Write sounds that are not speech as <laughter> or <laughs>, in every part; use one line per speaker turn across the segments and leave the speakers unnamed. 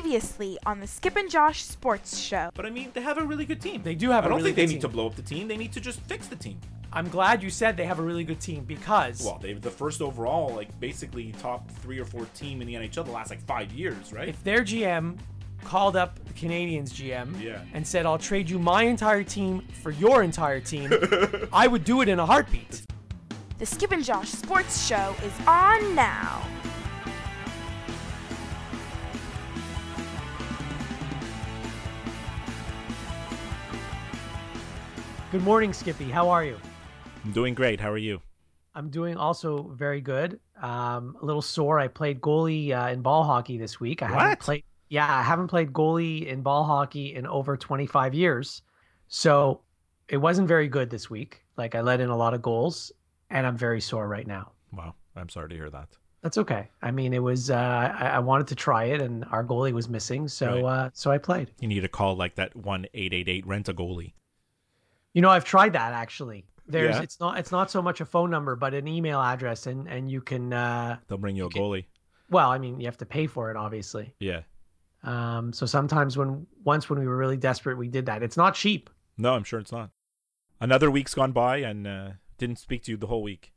previously on the Skip and Josh Sports Show.
But I mean, they have a really good team.
They do have
I
a
don't
really
think they
good
need to
team.
blow up the team. They need to just fix the team.
I'm glad you said they have a really good team because
Well, they the first overall, like basically top three or four team in the NHL the last like five years, right?
if their GM called up the Canadians GM
Yeah.
and said, "I'll trade you my entire team for your entire
<laughs>
team," I would do it in a heartbeat.
The Skip and Josh Sports Show is on now.
Good morning, Skippy. How are you?
I'm doing great. How are you?
I'm doing also very good. Um, a little sore. I played goalie uh, in ball hockey this week. I
What?
haven't played. Yeah, I haven't played goalie in ball hockey in over 25 years. So it wasn't very good this week. Like I let in a lot of goals, and I'm very sore right now.
Wow, I'm sorry to hear that.
That's okay. I mean, it was. Uh, I, I wanted to try it, and our goalie was missing, so
Right.
uh, so I played.
You need to call like that one eight eight eight rent a goalie.
You know, I've tried that actually. There's.
Yeah?
It's not. It's not so much a phone number, but an email address, and and you can. Uh,
They'll bring you a goalie.
well, I mean, you have to pay for it, obviously.
Yeah.
Um, so sometimes when once when we were really desperate, we did that. It's not cheap.
No, I'm sure it's not. Another week's gone by and uh, didn't speak to you the whole week.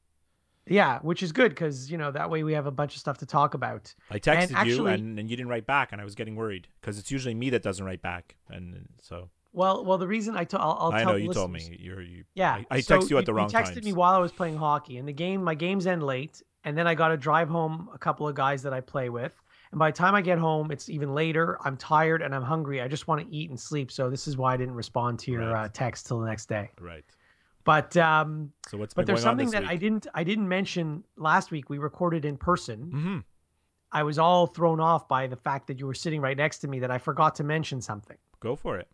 Yeah, which is good because you know that way we have a bunch of stuff to talk about.
I texted you
actually-
and, and you didn't write back, and I was getting worried because it's usually me that doesn't write back, and so
Well, well, the reason I told I'll, I'll
i
tell
know
the
you told
listeners-
me you're you.
Yeah,
I, I
so
texted you at the wrong
You texted
times.
me while I was playing hockey, and the game my games end late, and then I got to drive home a couple of guys that I play with. And by the time I get home, it's even later. I'm tired and I'm hungry. I just want to eat and sleep. So this is why I didn't respond to your
Right.
uh, text till the next day.
Right.
But um,
So what's
but
been
there's
going
something
on this
that I
week?
didn't I didn't mention last week. We recorded in person.
Mm-hmm.
I was all thrown off by the fact that you were sitting right next to me that I forgot to mention something.
Go for it.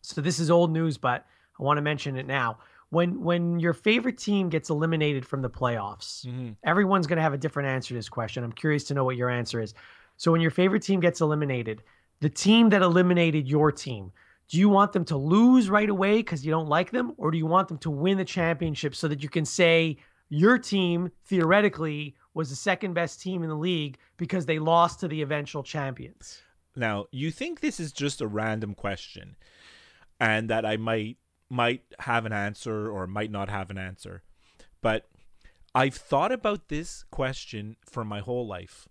So this is old news, but I want to mention it now. When when your favorite team gets eliminated from the playoffs,
Mm-hmm.
everyone's going to have a different answer to this question. I'm curious to know what your answer is. So when your favorite team gets eliminated, the team that eliminated your team, do you want them to lose right away cuz you don't like them or do you want them to win the championship so that you can say your team theoretically was the second best team in the league because they lost to the eventual champions?
Now, you think this is just a random question and that I might might have an answer or might not have an answer. But I've thought about this question for my whole life.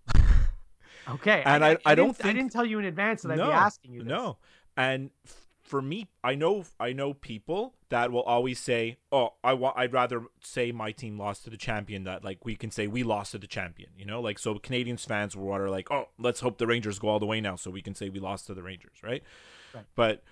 Okay.
And I- I don't
didn't, I
think-
didn't tell you in advance that I'd be asking you this.
No. And f- for me, I know I know people that will always say, "Oh, I want I'd rather say my team lost to the champion that like we can say we lost to the champion." You know, like so Canadians fans were what are like, "Oh, let's hope the Rangers go all the way now so we can say we lost to the Rangers," right? But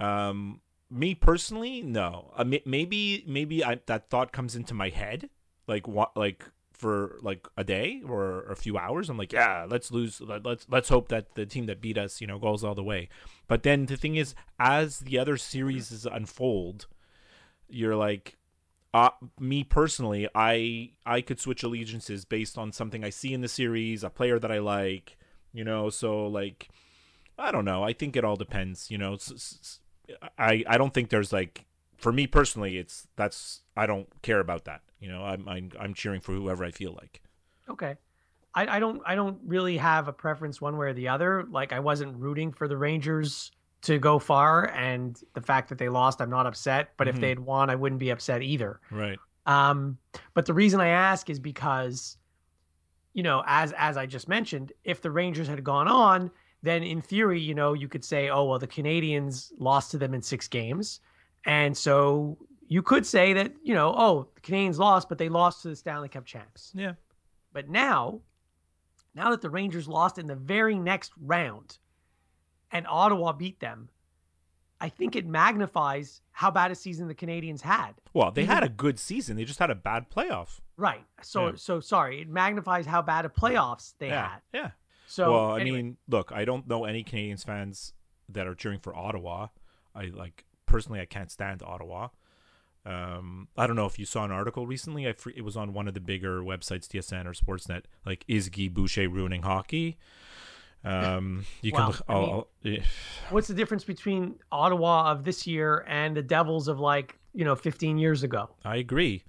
um me personally, no. Uh, may- maybe maybe I, that thought comes into my head like what like for like a day or a few hours i'm like yeah let's lose let, let's let's hope that the team that beat us you know goes all the way but then the thing is as the other series is unfold you're like uh, me personally i i could switch allegiances based on something i see in the series a player that i like you know so like i don't know i think it all depends you know s- s- s- i i don't think there's like for me personally it's that's i don't care about that you know i'm i'm, I'm cheering for whoever i feel like
Okay. I, I don't I don't really have a preference one way or the other. Like I wasn't rooting for the Rangers to go far and the fact that they lost, I'm not upset. But
Mhm.
if they had won, I wouldn't be upset either.
right
Um, but the reason I ask is because, you know, as as I just mentioned, if the Rangers had gone on, then in theory, you know, you could say, oh well, the Canadians lost to them in six games, and so you could say that, you know, oh, the Canadians lost, but they lost to the Stanley Cup champs.
Yeah.
But now, now that the Rangers lost in the very next round, and Ottawa beat them. I think it magnifies how bad a season the Canadians had.
well they
Even-
had a good season they just had a bad playoff
Right. So
Yeah.
so sorry. It magnifies how bad a playoffs they
yeah
had.
yeah
So
well, I
anyway,
mean, look, I don't know any Canadians fans that are cheering for Ottawa. I like personally, I can't stand Ottawa. Um, I don't know if you saw an article recently. I fr- it was on one of the bigger websites, TSN or Sportsnet. Like, is Guy Boucher ruining hockey? Um, you can
Well,
look.
I
I'll,
mean-
I'll- eh,
what's the difference between Ottawa of this year and the Devils of like, you know, 15 years ago?
I agree.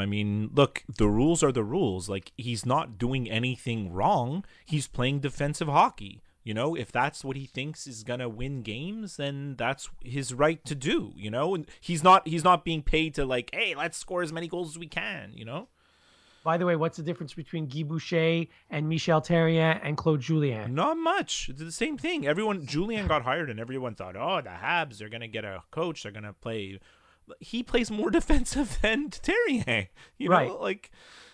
I mean, look, the rules are the rules. Like, he's not doing anything wrong. He's playing defensive hockey. You know, if that's what he thinks is gonna win games, then that's his right to do. You know, and he's not he's not being paid to like, hey, let's score as many goals as we can. You know,
By the way, what's the difference between Guy Boucher and Michel Terrien and Claude Julien?
not much. It's the same thing. Everyone, Julian got hired, and everyone thought, oh, the Habs are gonna get a coach. They're gonna play. He plays more <laughs> defensive than Terrier. You know,
Right.
like.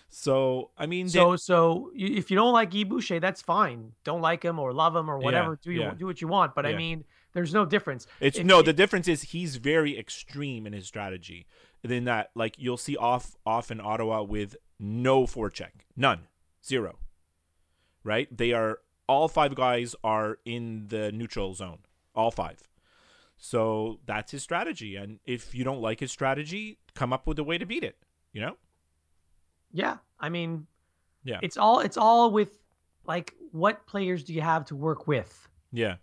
So I mean, they-
So, so you- if you don't like Guy Boucher, that's fine. Don't like him or love him or whatever. do you
yeah.
do what you want? But I
Yeah.
mean, there's no difference.
It's
If-
no.
if-
The difference is he's very extreme in his strategy. Than that, like you'll see off off in Ottawa with no forecheck, none, zero. Right? They are all five guys are in the neutral zone, all five. So that's his strategy, and if you don't like his strategy, come up with a way to beat it. You know?
yeah. I mean,
Yeah.
It's all it's all with like what players do you have to work with?
Yeah.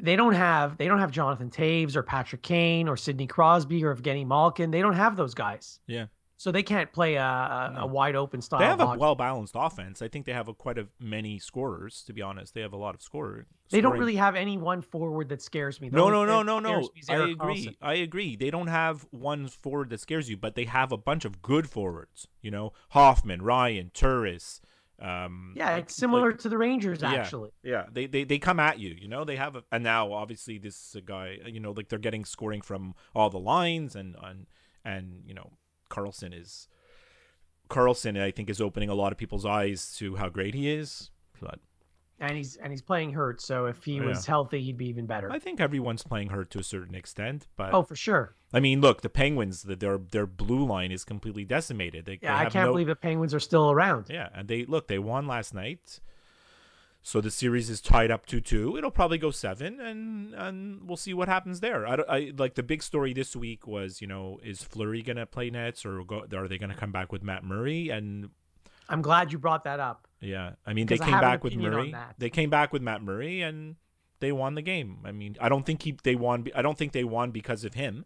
They don't have they don't have Jonathan Taves or Patrick Kane or Sidney Crosby or Evgeny Malkin. They don't have those guys.
Yeah.
So they can't play a, a,
No.
a wide open style.
They have
of
a
hockey.
well balanced offense. I think they have a quite a many scorers. To be honest, they have a lot of scorer.
they don't
scoring
really have any one forward that scares me. The
No,
only
no,
player
no, no,
that
no.
scares me is
I
Eric
agree.
Carlson.
I agree. They don't have one forward that scares you, but they have a bunch of good forwards. You know, Hoffman, Ryan, Turris. Um,
Yeah,
like-
it's similar
like-
to the Rangers
Yeah.
actually.
yeah, they, they they come at you. You know, they have a, and now obviously this uh, guy. You know, like they're getting scoring from all the lines, and and and you know, Carlson is Carlson. I think is opening a lot of people's eyes to how great he is. But
And he's and he's playing hurt, so if he
Oh, Yeah.
was healthy, he'd be even better.
I think everyone's playing hurt to a certain extent. But
oh, for sure.
I mean, look, the Penguins, the, their their blue line is completely decimated. They,
Yeah,
they
I
have
can't
no-
believe the Penguins are still around.
Yeah, and they look, they won last night, so the series is tied up two two. It'll probably go seven, and and we'll see what happens there. I, don't- I like the big story this week was you know is Flurry gonna play Nets or go, are they gonna come back with Matt Murray and
I'm glad you brought that up.
yeah, I mean they
'Cause I
came
have an
back with
opinion on
Murray.
that.
They came back with Matt Murray and they won the game. I mean, I don't think he they won. be- I don't think they won because of him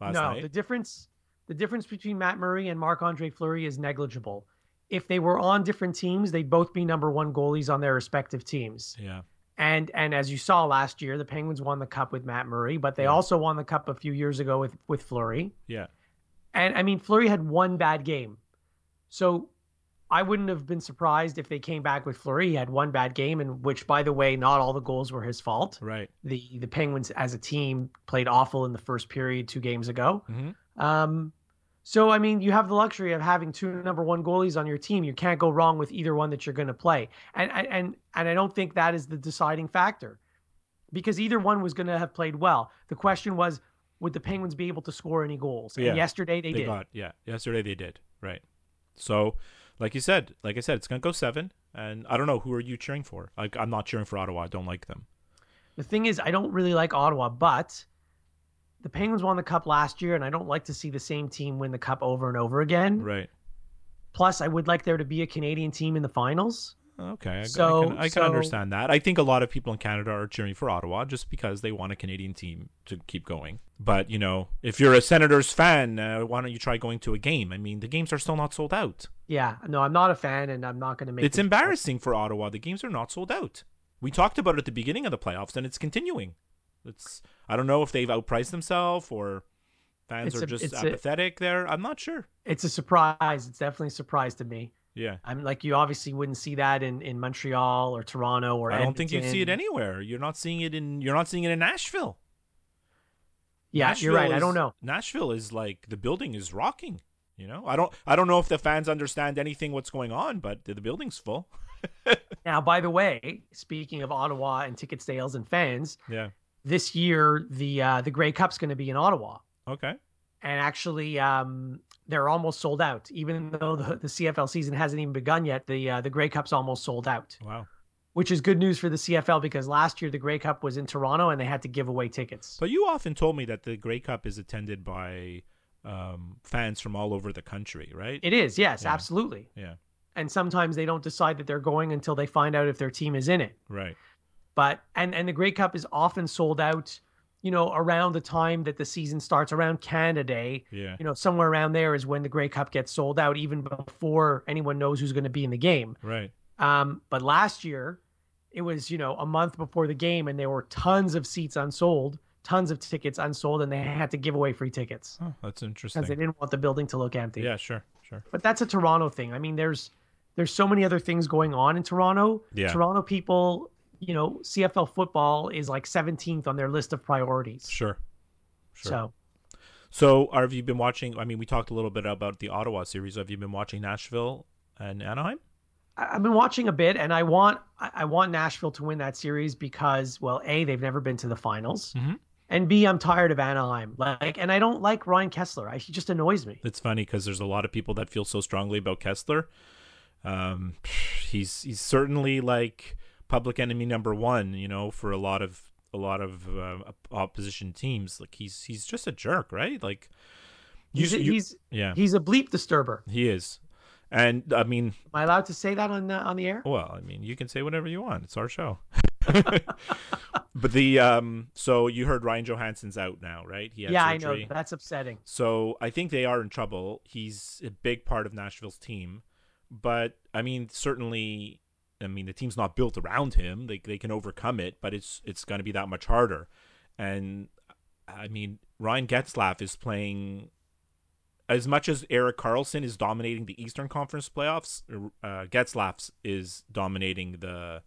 last
no,
night.
the difference the difference between Matt Murray and Marc Andre Fleury is negligible. If they were on different teams, they'd both be number one goalies on their respective teams.
yeah,
And and as you saw last year, the Penguins won the cup with Matt Murray, but they
Yeah.
also won the cup a few years ago with with Fleury.
yeah.
And I mean, Fleury had one bad game, so I wouldn't have been surprised if they came back with Fleury. He had one bad game, and which, by the way, not all the goals were his fault.
Right.
The the Penguins as a team played awful in the first period two games ago.
hmm
Um, so I mean, you have the luxury of having two number one goalies on your team. You can't go wrong with either one that you're going to play, and and- and and I don't think that is the deciding factor, because either one was going to have played well. The question was, would the Penguins be able to score any goals?
Yeah.
And yesterday they,
they
did.
got yeah yesterday they did right so like you said like i said it's gonna go seven and i don't know who are you cheering for like i'm not cheering for ottawa i don't like them
The thing is, I don't really like Ottawa, but the Penguins won the cup last year, and I don't like to see the same team win the cup over and over again.
right
Plus, I would like there to be a Canadian team in the finals.
okay i, I
So-
can, I can
so-
understand that i think a lot of people in canada are cheering for ottawa just because they want a canadian team to keep going but you know if you're a senators fan uh, why don't you try going to a game i mean the games are still not sold out
Yeah, no, I'm not a fan, and I'm not going to make.
it's
it-
embarrassing for ottawa the games are not sold out we talked about it at the beginning of the playoffs and it's continuing it's i don't know if they've outpriced themselves or fans
It's
are
a-
just
it's a-
apathetic there i'm not sure
It's a surprise. It's definitely a surprise to me.
yeah
I'm like you obviously wouldn't see that in, in Montreal or Toronto or
i don't think you'd see it
Edmonton.
anywhere you're not seeing it in you're not seeing it in nashville
Yeah,
Nashville
you're right. I
is-
don't know.
Nashville is like the building is rocking. You know, I don't, I don't know if the fans understand anything what's going on, but the, the building's full.
Now, by the way, speaking of Ottawa and ticket sales and fans,
Yeah.
this year the uh, the Grey Cup's going to be in Ottawa,
Okay.
and actually um, they're almost sold out. Even though the, the CFL season hasn't even begun yet, the uh, the Grey Cup's almost sold out,
Wow.
which is good news for the CFL because last year the Grey Cup was in Toronto and they had to give away tickets.
So you often told me that the Grey Cup is attended by um, fans from all over the country, right?
It is, yes,
Yeah.
absolutely.
Yeah.
And sometimes they don't decide that they're going until they find out if their team is in it.
Right.
but and and the Grey Cup is often sold out, you know, around the time that the season starts around Canada Day.
Yeah.
You know, somewhere around there is when the Grey Cup gets sold out, even before anyone knows who's going to be in the game.
Right.
Um, but last year, it was you know a month before the game and there were tons of seats unsold tons of tickets unsold and they had to give away free tickets
Oh, that's
because they
interesting.
didn't want the building to look empty
Yeah, sure, sure.
but that's a toronto thing i mean there's there's so many other things going on in toronto
Yeah.
toronto people you know cfl football is like 17th on their list of priorities
Sure. Sure. So,
so
are, have you been watching? I mean, we talked a little bit about the Ottawa series. Have you been watching Nashville and Anaheim?
I- I've been watching a bit, and I want I I want Nashville to win that series because, well, a they've never been to the finals,
Mhm.
and b I'm tired of Anaheim. Like, and I don't like Ryan Kessler. I, he just annoys me.
It's funny because there's a lot of people that feel so strongly about Kessler. Um, he's he's certainly like public enemy number one, you know, for a lot of a lot of uh, op- opposition teams. Like he's he's just a jerk, right? Like you-
He's a,
you-
he's
yeah,
he's a bleep disturber.
he is. And I mean,
Am I allowed to say that on uh, on the air?
Well, I mean, you can say whatever you want. It's our
<laughs>
show. <laughs> but the um so you heard Ryan Johansson's out now, right? He had
yeah, I know
surgery.
that's upsetting.
So I think they are in trouble. He's a big part of Nashville's team, but I mean, certainly, I mean, the team's not built around him. They they can overcome it, but it's it's going to be that much harder. And I mean, Ryan Getzlaff is playing as much as Eric Carlson is dominating the Eastern Conference playoffs. Uh, Getzlaff is dominating the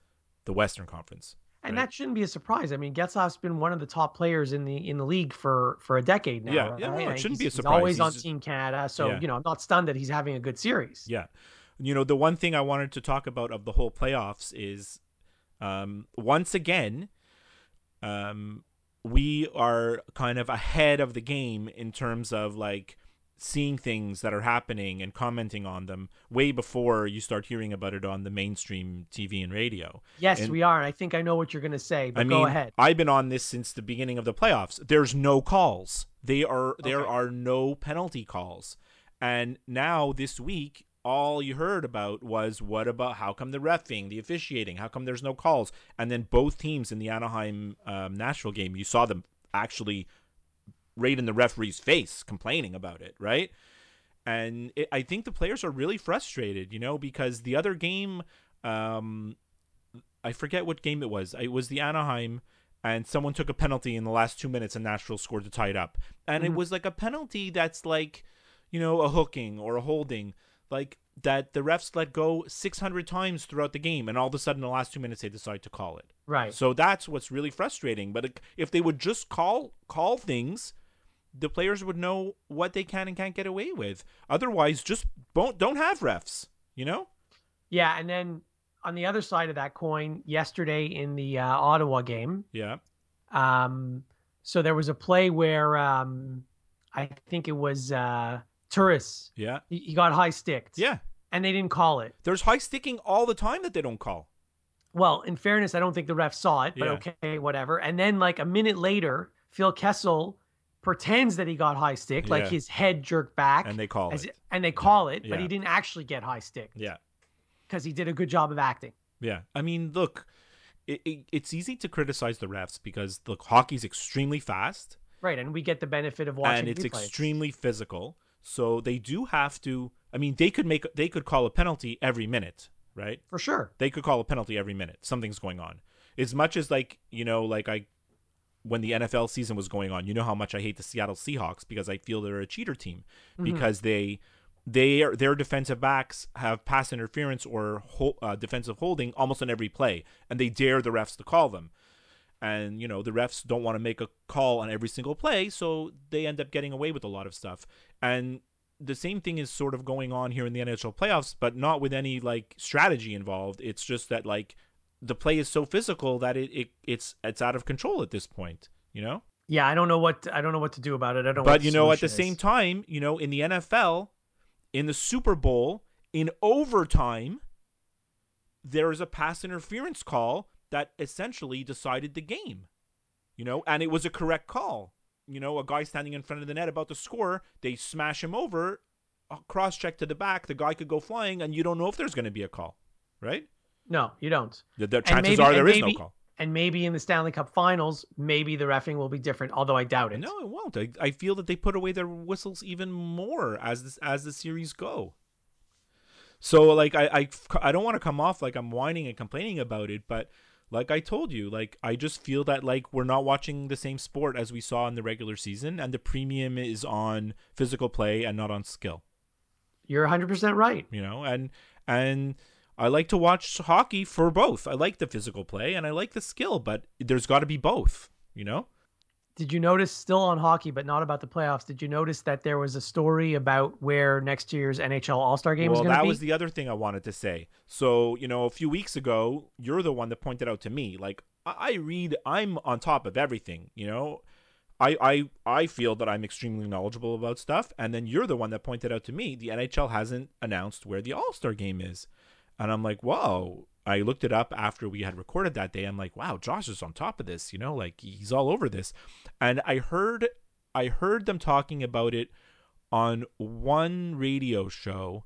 the Western Conference.
And
Right.
that shouldn't be a surprise. I mean, Getzlaff's been one of the top players in the in the league for for a decade now.
Yeah, yeah, no,
right?
it
Like,
shouldn't
he's-
be a
He's
surprise.
always on
He's-
Team Canada, so
Yeah.
you know I'm not stunned that he's having a good series.
Yeah. You know, the one thing I wanted to talk about of the whole playoffs is um, once again, um, we are kind of ahead of the game in terms of like seeing things that are happening and commenting on them way before you start hearing about it on the mainstream TV and radio.
Yes,
And-
we are. And I think I know what you're going to say, but
I mean,
go ahead.
I've been on this since the beginning of the playoffs. There's no calls. They are there
Okay.
are no penalty calls. And now this week, all you heard about was what about how come the refing, the officiating, how come there's no calls? And then both teams in the Anaheim um, Nashville game, you saw them actually right in the referee's face complaining about it, right? And it, I think the players are really frustrated, you know, because the other game, um, I forget what game it was. It was the Anaheim, and someone took a penalty in the last two minutes, and Nashville scored to tie it up. And
Mhm.
it was like a penalty that's like, you know, a hooking or a holding, like that the refs let go 600 times throughout the game, and all of a sudden, in the last two minutes, they decide to call it.
Right.
So that's what's really frustrating. But like, if they would just call call things, the players would know what they can and can't get away with. Otherwise, just don't don't have refs. You know?
Yeah, and then on the other side of that coin, yesterday in the uh, Ottawa game,
Yeah.
um, so there was a play where um, I think it was uh, Turris.
Yeah.
He, he got high sticked.
Yeah.
and they didn't call it.
There's high sticking all the time that they don't call.
Well, in fairness, I don't think the ref saw it, but
Yeah.
okay, whatever. And then like a minute later, Phil Kessel pretends that he got high sticked, like
Yeah.
his head jerked back,
And they call
as-
it.
and they call it, but
Yeah.
he didn't actually get high sticked
Yeah.
because he did a good job of acting.
Yeah. I mean, look, it, it, it's easy to criticize the refs because look, hockey's extremely fast.
Right, and we get the benefit of
and
watching
it's
replays.
extremely physical. So they do have to. I mean, they could make they could call a penalty every minute, right?
for sure.
They could call a penalty every minute. Something's going on. As much as like you know, like I, when the NFL season was going on, you know how much I hate the Seattle Seahawks because I feel they're a cheater team because they. They are, their defensive backs have pass interference or ho- uh, defensive holding almost on every play, and they dare the refs to call them and you know the refs don't want to make a call on every single play so they end up getting away with a lot of stuff and the same thing is sort of going on here in the NHL playoffs but not with any like strategy involved it's just that like the play is so physical that it, it it's it's out of control at this point you know
Yeah, I don't know what I don't know what to do about it. I don't.
but you know at the
solution
same
is.
time you know in the NFL in the Super Bowl in overtime there is a pass interference call that essentially decided the game you know, and it was a correct call. You know, a guy standing in front of the net about to score, they smash him over, cross check to the back, the guy could go flying, and you don't know if there's going to be a call, right?
no, you don't.
The, the
And
chances
maybe-
are
and
there is
maybe-
no call.
And maybe in the Stanley Cup Finals, maybe the refing will be different. Although I doubt it.
No, it won't. I, I feel that they put away their whistles even more as this as the series go. So like I I, I don't want to come off like I'm whining and complaining about it, but like I told you, like I just feel that like we're not watching the same sport as we saw in the regular season, and the premium is on physical play and not on skill.
You're 100% right.
You know, and and I like to watch hockey for both. I like the physical play and I like the skill, but there's got to be both. You know.
Did you notice still on hockey, but not about the playoffs? Did you notice that there was a story about where next year's NHL All Star game
well,
is going to
that
be?
was the other thing I wanted to say. So, you know, a few weeks ago, you're the one that pointed out to me, like, I, I read, I'm on top of everything, you know? I, I I feel that I'm extremely knowledgeable about stuff, and then you're the one that pointed out to me the NHL hasn't announced where the All Star game is, and I'm like, whoa! I looked it up after we had recorded that day. I'm like, wow, Josh is on top of this, you know, like he's all over this, and I heard I heard them talking about it on one radio show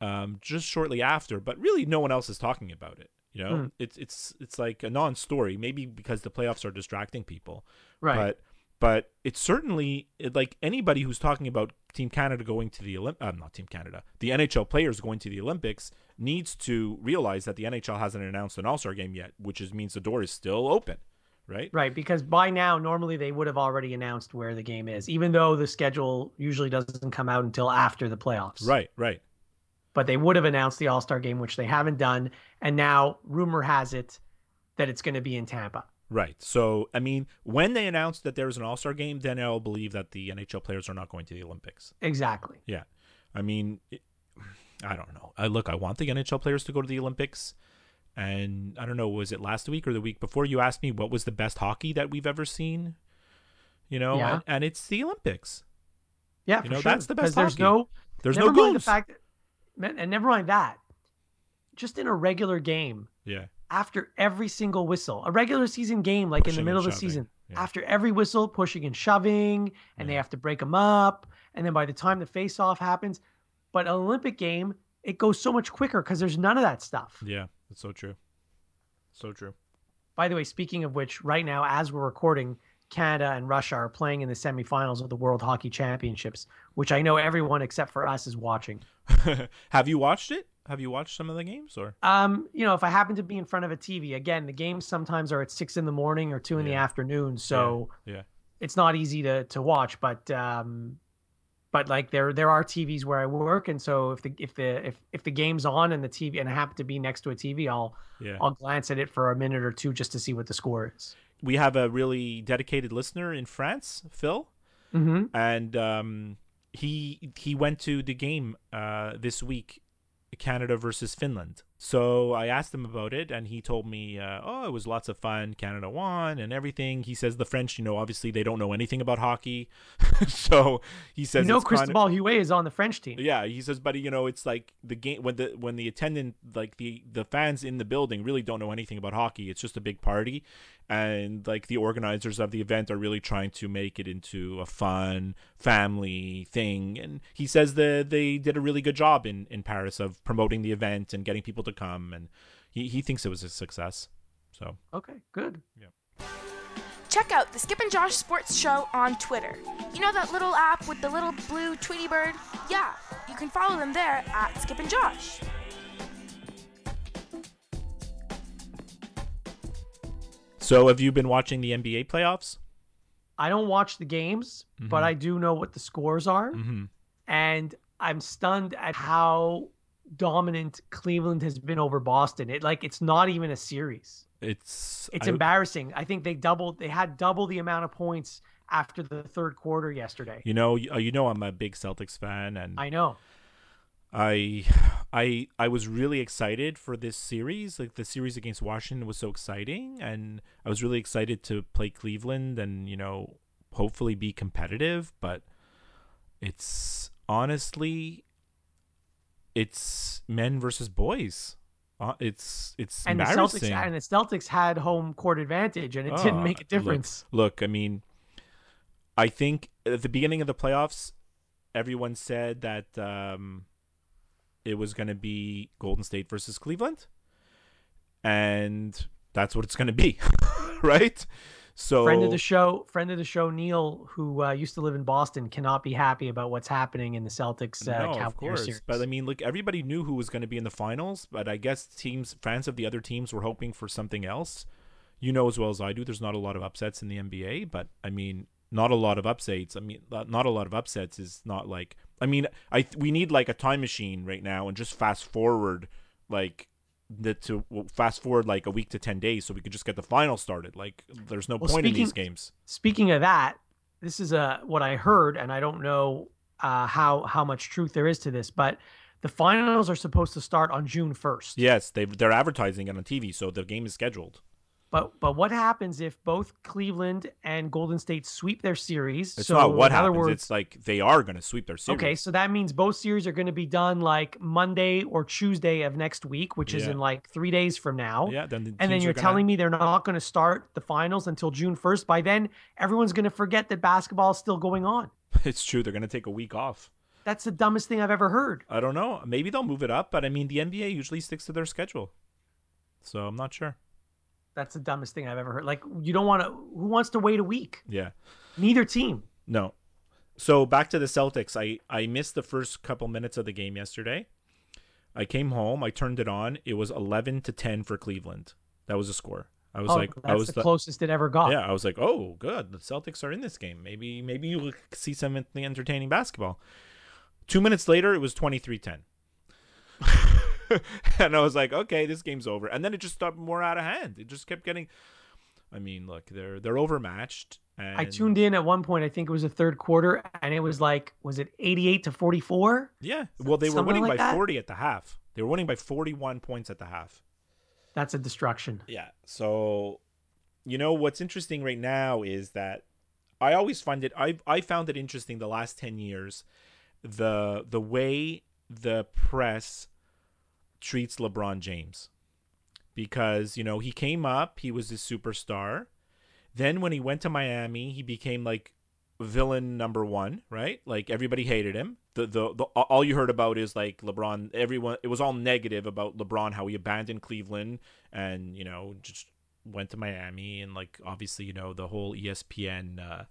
um, just shortly after, but really no one else is talking about it. You know,
Hmm.
it's it's it's like a non-story, maybe because the playoffs are distracting people.
right.
But but it's certainly it, like anybody who's talking about Team Canada going to the Olymp, uh, not Team Canada, the NHL players going to the Olympics needs to realize that the NHL hasn't announced an All Star game yet, which is, means the door is still open, right?
Right, because by now normally they would have already announced where the game is, even though the schedule usually doesn't come out until after the playoffs.
Right, right.
But they would have announced the All-Star game, which they haven't done, and now rumor has it that it's going to be in Tampa.
Right. So, I mean, when they announce that there is an All Star game, then I'll believe that the NHL players are not going to the Olympics.
Exactly.
Yeah. I mean, it, I don't know. I look, I want the NHL players to go to the Olympics. And I don't know, was it last week or the week before you asked me what was the best hockey that we've ever seen? You know,
Yeah.
and, and it's the Olympics.
Yeah,
You
for
know,
sure.
that's the best
'cause There's
hockey.
no,
There's
never
no
mind the
goals.
fact, that, and never mind that. Just in a regular game,
yeah.
after every single whistle, a regular season game, like in
Pushing
the middle of
and
the
shoving,
season,
yeah.
after every whistle, pushing and shoving, and they
Yeah.
have to break them up. And then by the time the face off happens, but an Olympic game, it goes so much quicker because there's none of that stuff.
Yeah. It's so true. So true. <laughs>
By the way, speaking of which, right now, as we're recording, Canada and Russia are playing in the semifinals of the World Hockey Championships, which I know everyone except for us is watching.
Have you watched it? Have you watched some of the games or?
Um, you know, if I happen to be in front of a TV, again, the games sometimes are at six in the morning or two in the
Yeah.
afternoon, so
Yeah.
it's not easy to to watch. But um, but like there there are TVs where I work, and so if the if the if if the game's on and the TV and I happen to be next to a TV, I'll
Yeah.
I'll glance at it for a minute or two just to see what the score is.
We have a really dedicated listener in France, Phil.
Mm-hmm.
and um, he he went to the game uh, this week, Canada versus Finland. So I asked him about it, and he told me, uh, "Oh, it was lots of fun. Canada won and everything." He says the French, you know, obviously they don't know anything about hockey, <laughs> so he
You
says,
know,
it's kind of-
Cristobal Huet is on the French team.
yeah, he says, buddy, you know, it's like the game when the when the attendant, like the the fans in the building, really don't know anything about hockey. It's just a big party, and like the organizers of the event are really trying to make it into a fun family thing. And he says that they did a really good job in in Paris of promoting the event and getting people to come, and he he thinks it was a success. So
Okay, good.
Check out the Skip and Josh Sports Show on Twitter. You know that little app with the little blue Tweety bird? Yeah, you can follow them there at Skip and Josh.
so have you been watching the NBA playoffs?
I don't watch the games, but I do know what the scores are.
Mm-hmm.
and I'm stunned at how dominant Cleveland has been over Boston. It like it's not even a series.
It's
It's
I-
embarrassing. I think they doubled they had double the amount of points after the third quarter yesterday.
you know you, you know I'm a big Celtics fan, and
I know.
I I I was really excited for this series. Like the series against Washington was so exciting and I was really excited to play Cleveland and, you know, hopefully be competitive, but it's honestly it's men versus boys. Uh, it's it's
And the
embarrassing.
Celtics and the Celtics had home court advantage and it
Oh,
didn't make a
look-
difference.
Look, I mean, I think at the beginning of the playoffs, everyone said that um, it was going to be Golden State versus Cleveland, and that's what it's going to be, <laughs> right? So
friend of the show, friend of the show, Neil, who uh, used to live in Boston, cannot be happy about what's happening in the Celtics. Uh,
no,
Cavaliers
of course.
series.
But I mean, look, everybody knew who was going to be in the finals, but I guess teams, fans of the other teams, were hoping for something else. You know as well as I do, there's not a lot of upsets in the NBA, but I mean, not a lot of upsets. I mean, not not a lot of upsets is not like. I mean, I we need like a time machine right now and just fast forward, like the to well, fast forward like a week to ten days, so we could just get the final started. Like, there's no
Well,
point in these
speaking-
games.
Speaking of that, this is uh, what I heard, and I don't know uh, how how much truth there is to this, but the finals are supposed to start on June first.
Yes, they they're advertising it on TV, so the game is scheduled.
But but what happens if both Cleveland and Golden State sweep their series?
It's
so
not what
in other
happens.
words,
it's like they are going to sweep their series.
Okay, so that means both series are going to be done like Monday or Tuesday of next week, which is
Yeah.
in like three days from now.
Yeah. Then the
And then
teams
you're
are gonna-
telling me they're not going to start the finals until June 1st. By then, everyone's going to forget that basketball is still going on.
<laughs> it's true. They're going to take a week off.
That's the dumbest thing I've ever heard.
I don't know. Maybe they'll move it up, but I mean, the NBA usually sticks to their schedule, so I'm not sure.
That's the dumbest thing I've ever heard. Like, you don't want to, who wants to wait a week?
Yeah.
Neither team.
No. So back to the Celtics. I I missed the first couple minutes of the game yesterday. I came home. I turned it on. It was 11 to 10 for Cleveland. That was the score. I was
oh,
like,
that's
I was
the closest it ever got.
Yeah, I was like, oh, good. The Celtics are in this game. Maybe maybe you will see some en- entertaining basketball. Two minutes later, it was 23 10. <laughs> and I was like, okay, this game's over. And then it just got more out of hand. It just kept getting. I mean, look, they're they're overmatched. And
I tuned in at one point, I think it was the third quarter, and it was like, was it 88 to 44?
Yeah, well, they were
Something
winning by
like that?
40 at the half. They were winning by 41 points at the half.
That's a destruction.
Yeah. So, you know what's interesting right now is that I always find it I I found it interesting the last 10 years the the way the press treats LeBron James. Because, you know, he came up, he was this superstar. Then when he went to Miami, he became like villain number 1, right? Like everybody hated him. The, the the all you heard about is like LeBron everyone it was all negative about LeBron how he abandoned Cleveland and you know just went to Miami and like obviously you know the whole E ESPN uh,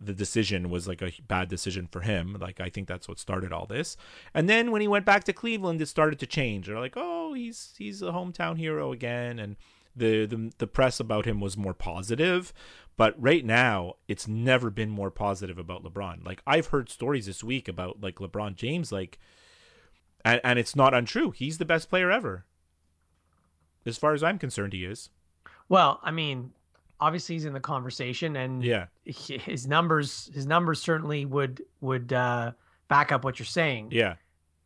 the decision was like a bad decision for him like I think that's what started all this and then when he went back to Cleveland it started to change they're like oh he's he's a hometown hero again and the, the the press about him was more positive but right now it's never been more positive about LeBron like I've heard stories this week about like LeBron James like and, and it's not untrue he's the best player ever as far as I'm concerned, he is.
Well, I mean, obviously he's in the conversation, and
Yeah.
he- his numbers his numbers certainly would would uh, back up what you're saying.
Yeah.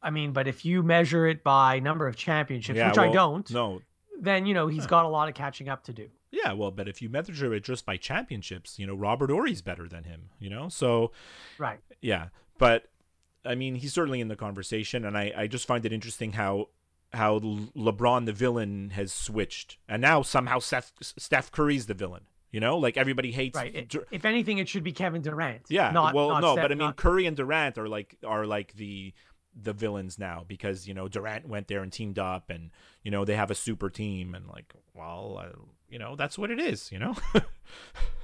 I mean, but if you measure it by number of championships,
yeah
which I
well,
don't,
No.
then you know he's got a lot of catching up to do.
Yeah. Well, but if you measure it just by championships, you know, Robert Ory's better than him, you know? So,
Right.
yeah. But I mean, he's certainly in the conversation. And I, I just find it interesting how how L- LeBron, the villain, has switched. And now somehow Seth, Steph Curry's the villain, you know? Like everybody hates.
Right. It-
Dur-
if anything, it should be Kevin Durant.
Yeah.
Not,
well,
not
no,
Steph-
but I mean,
not-
Curry and Durant are like are like the the villains now because you know Durant went there and teamed up, and you know they have a super team, and like, well, I, you know that's what it is, you know. <laughs>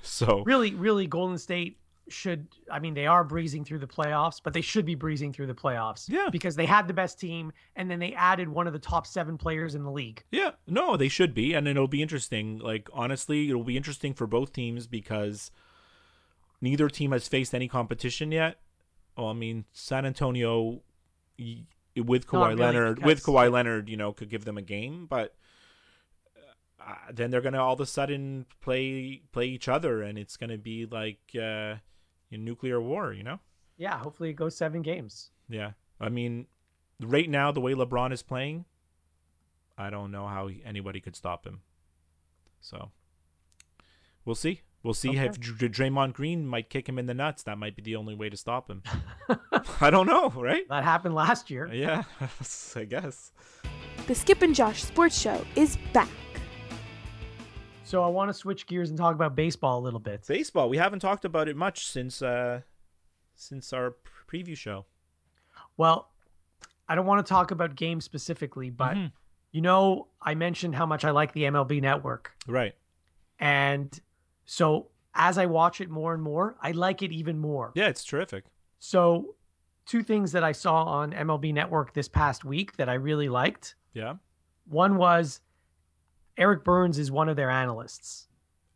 so
really, really, Golden State should. I mean, they are breezing through the playoffs, but they should be breezing through the playoffs.
Yeah.
Because they had the best team, and then they added one of the top seven players in the league.
yeah, no, they should be, and it'll be interesting. Like honestly, it'll be interesting for both teams because neither team has faced any competition yet. Well, I mean, San Antonio y- with
Not
Kawhi
really,
Leonard, with
because-
Kawhi Leonard, you know, could give them a game, but uh, then they're gonna all of a sudden play play each other, and it's gonna be like uh, a nuclear war, you know?
Yeah. Hopefully, it goes seven games.
Yeah, I mean, right now the way LeBron is playing, I don't know how he- anybody could stop him. So we'll see. We'll see
Okay.
if Dr- Draymond Green might kick him in the nuts. That might be the only way to stop him. <laughs> I don't know, right?
That happened <laughs> last year.
Yeah, <laughs> I guess.
The Skip and Josh Sports Show is back.
So I want to switch gears and talk about baseball a little bit.
Baseball. We haven't talked about it much since uh since our pr- preview show.
Well, I don't want to talk about games specifically, but
Mhm.
you know, I mentioned how much I like the MLB network.
right.
And So as I watch it more and more, I like it even more.
Yeah, it's terrific.
So, two things that I saw on MLB Network this past week that I really liked.
Yeah.
One was Eric Burns is one of their analysts.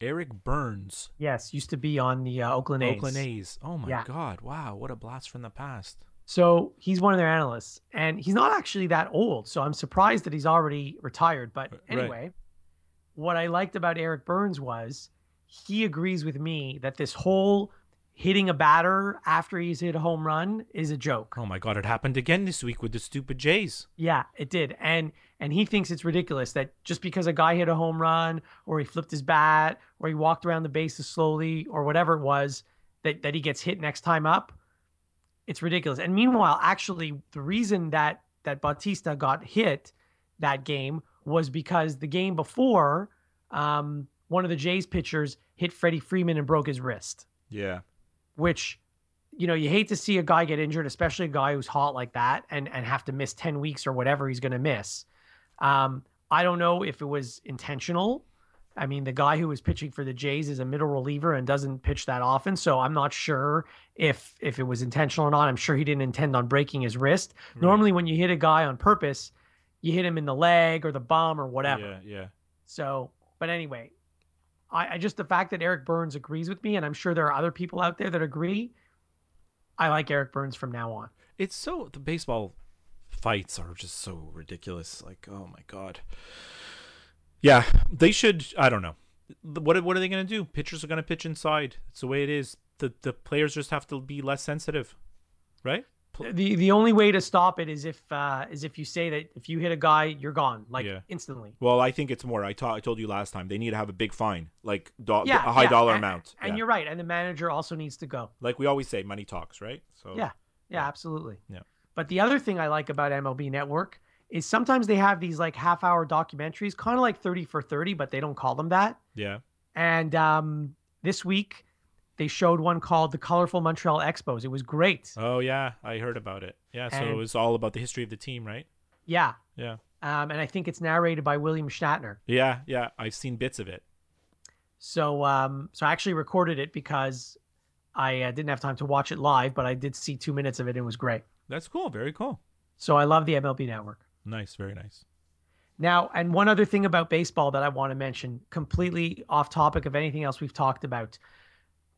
Eric Burns,
Yes, used to be on the uh, Oakland A's.
Oakland A's. Oh my
Yeah.
God! Wow, what a blast from the past.
So he's one of their analysts, and he's not actually that old. So I'm surprised that he's already retired. But
Right.
anyway, what I liked about Eric Burns was he agrees with me that this whole hitting a batter after he's hit a home run is a joke.
Oh my God! It happened again this week with the stupid Jays.
Yeah, it did. And and he thinks it's ridiculous that just because a guy hit a home run or he flipped his bat or he walked around the bases slowly or whatever it was that that he gets hit next time up. It's ridiculous. And meanwhile, actually the reason that that Bautista got hit that game was because the game before um one of the Jays pitchers hit Freddie Freeman and broke his wrist
Yeah.
which you know you hate to see a guy get injured especially a guy who's hot like that and and have to miss 10 weeks or whatever he's going to miss um i don't know if it was intentional i mean the guy who was pitching for the jays is a middle reliever and doesn't pitch that often so i'm not sure if if it was intentional or not i'm sure he didn't intend on breaking his wrist
Right.
normally when you hit a guy on purpose you hit him in the leg or the bum or whatever
Yeah. Yeah.
so, but anyway, I, I just the fact that Eric Burns agrees with me, and I'm sure there are other people out there that agree. I like Eric Burns from now on.
It's so the baseball fights are just so ridiculous. Like, oh my god. Yeah, they should. I don't know. What what are they gonna do? Pitchers are gonna pitch inside. It's the way it is. The the players just have to be less sensitive, right? Pl-
the The only way to stop it is if uh, is if you say that if you hit a guy, you're gone, like
Yeah.
instantly.
Well, I think it's more. I, ta- I told you last time they need to have a big fine, like do-
Yeah,
Uh, a high
yeah,
dollar
and-
amount.
And
Yeah.
you're right. And the manager also needs to go.
like we always say, money talks, right? So
Yeah. Yeah, absolutely.
Yeah.
But the other thing I like about MLB Network is sometimes they have these like half hour documentaries, kind of like 30 for 30, but they don't call them that.
yeah,
And um, this week, they showed one called "The Colorful Montreal Expos." It was great.
Oh yeah, I heard about it. Yeah, so it
And-
was all about the history of the team, right?
Yeah,
Yeah,
um, and I think it's narrated by William Shatner.
yeah, yeah. I've seen bits of it.
So, um, so I actually recorded it because I uh, didn't have time to watch it live, but I did see two minutes of it. and It was great.
That's cool. Very cool.
So I love the MLB Network.
Nice. Very nice.
Now, and one other thing about baseball that I want to mention, completely off topic of anything else we've talked about.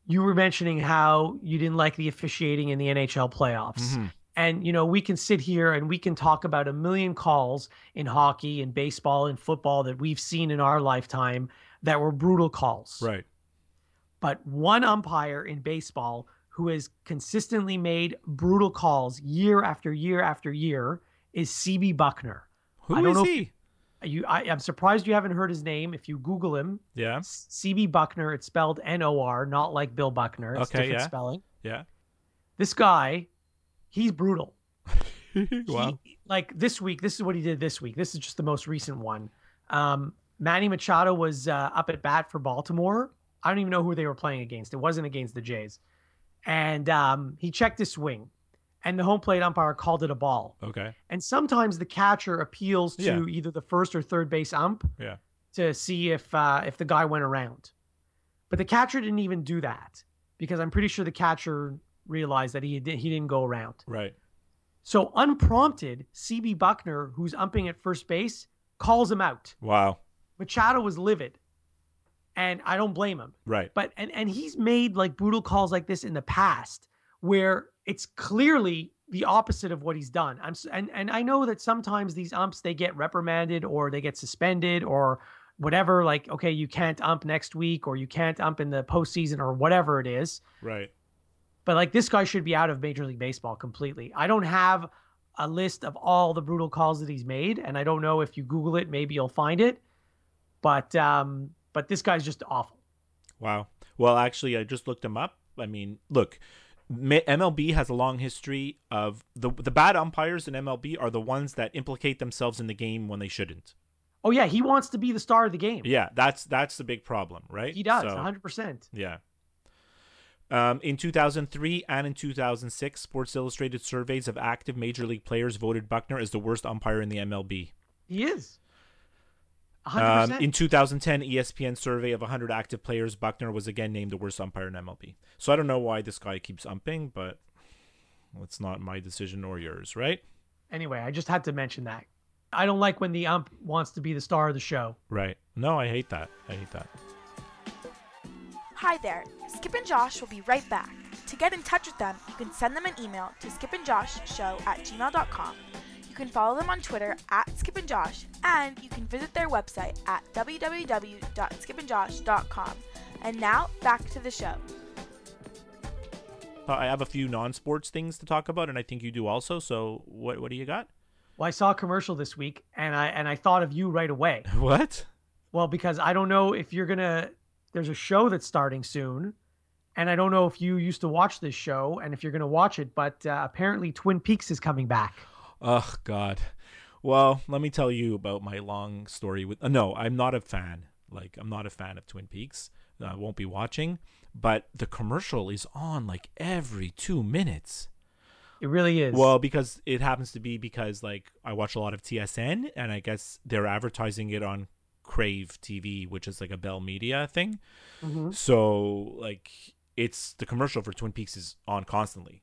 You were mentioning how you didn't like the officiating in the NHL playoffs.
Mm-hmm.
And, you know, we can sit here and we can talk about a million calls in hockey and baseball and football that we've seen in our lifetime that were brutal calls.
Right.
But one umpire in baseball who has consistently made brutal calls year after year after year is CB Buckner.
Who
I don't
is
know if-
he?
You, I, I'm surprised you haven't heard his name. If you Google him,
Yeah.
CB Buckner, it's spelled N O R, not like Bill Buckner. It's
Okay,
different
yeah.
spelling. <laughs>
Yeah.
This guy, he's brutal. He-
wow.
like this week, this is what he did this week. This is just the most recent one. Um, Manny Machado was uh, up at bat for Baltimore. I don't even know who they were playing against. It wasn't against the Jays. And um, he checked his swing, and the home plate umpire called it a ball.
<laughs> Okay.
And sometimes the catcher appeals to
Yeah.
either the first or third base ump
Yeah.
to see if uh, if the guy went around. But the catcher didn't even do that because I'm pretty sure the catcher realized that he did, he didn't go around.
Right.
So unprompted, CB Buckner, who's umping at first base, calls him out.
Wow.
Machado was livid. And I don't blame him.
Right.
But and and he's made like brutal calls like this in the past where it's clearly the opposite of what he's done. I'm s- and and I know that sometimes these umps they get reprimanded or they get suspended or whatever like okay you can't ump next week or you can't ump in the postseason or whatever it is
Right.
but like this guy should be out of Major League Baseball completely. I don't have a list of all the brutal calls that he's made, and I don't know if you Google it, maybe you'll find it. But um, but this guy's just awful.
Wow. Well, actually, I just looked him up. I mean, look, Ma- MLB has a long history of the the bad umpires in MLB are the ones that implicate themselves in the game when they shouldn't.
Oh yeah, he wants to be the star of the game.
Yeah, that's that's the big problem, right?
he does,
So-
100. percent
Yeah. Um, in 2003 and in 2006, Sports Illustrated surveys of active major league players voted Buckner as the worst umpire in the MLB.
He is.
Um,
100%.
in 2010, ESPN survey of 100 active players, Buckner was again named the worst umpire in MLB. So I don't know why this guy keeps umping, but it's not my decision or yours, right?
anyway, I just had to mention that. I don't like when the ump wants to be the star of the show.
Right. No, I hate that. I hate that.
Hi there. Skip and Josh will be right back. To get in touch with them, you can send them an email to skipandjoshshow at gmail.com. You can follow them on Twitter at skipandjosh, and you can visit their website at www.skipandjosh.com. And now, back to the show.
Uh, I have a few non-sports things to talk about, and I think you do also. So what what do you got?
Well, I saw a commercial this week and I and I thought of you right away.
<laughs> What?
Well, because I don't know if you're gonna there's a show that's starting soon. And I don't know if you used to watch this show and if you're going to watch it, but uh, apparently Twin Peaks is coming back.
Oh God. Well, let me tell you about my long story with. Uh, no, I'm not a fan. Like I'm not a fan of Twin Peaks. Uh, I won't be watching. But the commercial is on like every two minutes.
It really is.
Well, because it happens to be because like I watch a lot of TSN, and I guess they're advertising it on Crave TV, which is like a Bell Media thing. Mm-hmm.
Mhm.
So like it's the commercial for Twin Peaks is on constantly.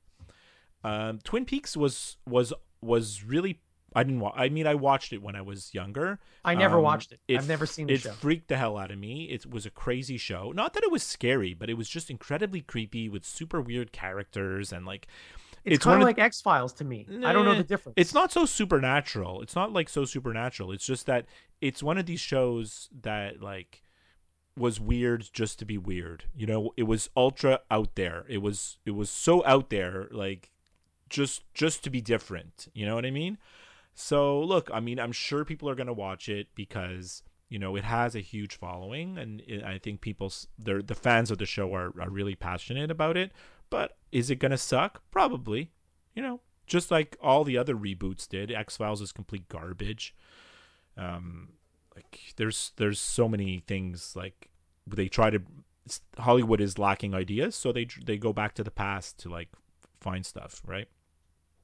Um, Twin Peaks was was was really I didn't wa- I mean I watched it when I was younger.
I never
Um,
watched it. I've
f-
never seen the
it
show.
freaked the hell out of me. It was a crazy show. Not that it was scary, but it was just incredibly creepy with super weird characters and like
It's,
it's one
kind of
of
like X Files to me. I don't know the
Nah,
difference.
It's not so supernatural. It's not like so supernatural. It's just that it's one of these shows that like was weird just to be weird. You know, it was ultra out there. It was it was so out there like just just to be different. You know what I mean? So look, I mean, I'm sure people are going to watch it because you know it has a huge following, and it, I think people, s- they're the fans of the show are are really passionate about it. But is it going to suck? Probably. You know, just like all the other reboots did. X Files is complete garbage. Um, like there's there's so many things like they try to s- Hollywood is lacking ideas, so they tr- they go back to the past to like f- find stuff, right?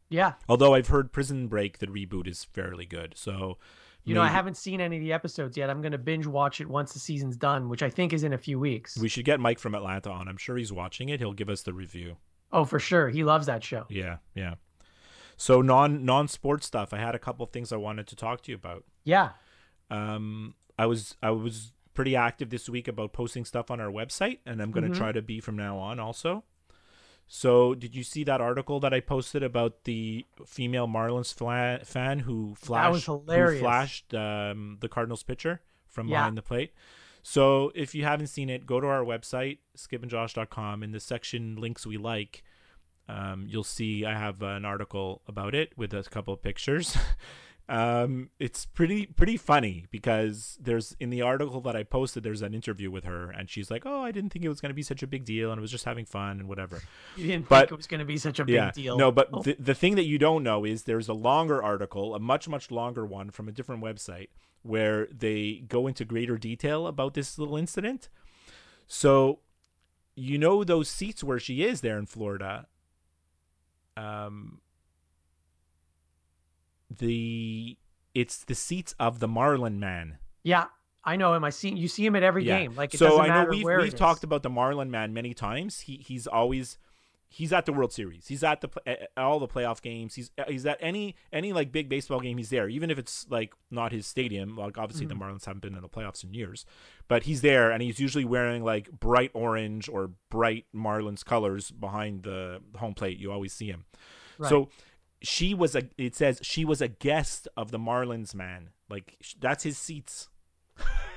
yeah.
Although I've heard Prison Break, the reboot is fairly good. So,
You know, I
maybe-
haven't seen any of the episodes yet. I'm going to binge watch it once the season's done, which I think is in a few weeks.
we should get Mike from Atlanta on. I'm sure he's watching it. He'll give us the review.
oh, for sure. He loves that show.
Yeah, yeah. So non non sports stuff. I had a couple things I wanted to talk to you about.
Yeah.
Um, I was I was pretty active this week about posting stuff on our website, and I'm going to
Mhm.
try to be from now on also. So, did you see that article that I posted about the female Marlins fla- fan who flashed
was
who
hilarious.
flashed um, the Cardinals pitcher from
Yeah.
behind the plate? So, if you haven't seen it, go to our website skipandjosh.com in the section links we like. Um, you'll see I have an article about it with a couple of pictures. <laughs> um, it's pretty pretty funny because there's in the article that I posted there's an interview with her and she's like, "Oh, I didn't think it was going to be such a big deal and I was just having fun and whatever."
You didn't
But-
think it was going to be such a big deal.
No, but
Oh,
the, the thing that you don't know is there's a longer article, a much, much longer one from a different website where they go into greater detail about this little incident. So, you know, those seats where she is there in Florida, um, the it's the seats of the Marlin man.
yeah, I know him. I see you see him at every
Yeah.
game. Like it
so
doesn't
I know
matter
we've
where
we've talked about the Marlin man many times. He he's always he's at the World Series. He's at the pl- at all the playoff games. He's uh, he's at any any like big baseball game. He's there, even if it's like not his stadium. Like obviously
Mm-hmm.
the Marlins haven't been in the playoffs in years, but he's there and he's usually wearing like bright orange or bright Marlins colors behind the home plate. You always see him.
Right.
So <laughs> she was a. It says she was a guest of the Marlins man. Like sh- that's his seats.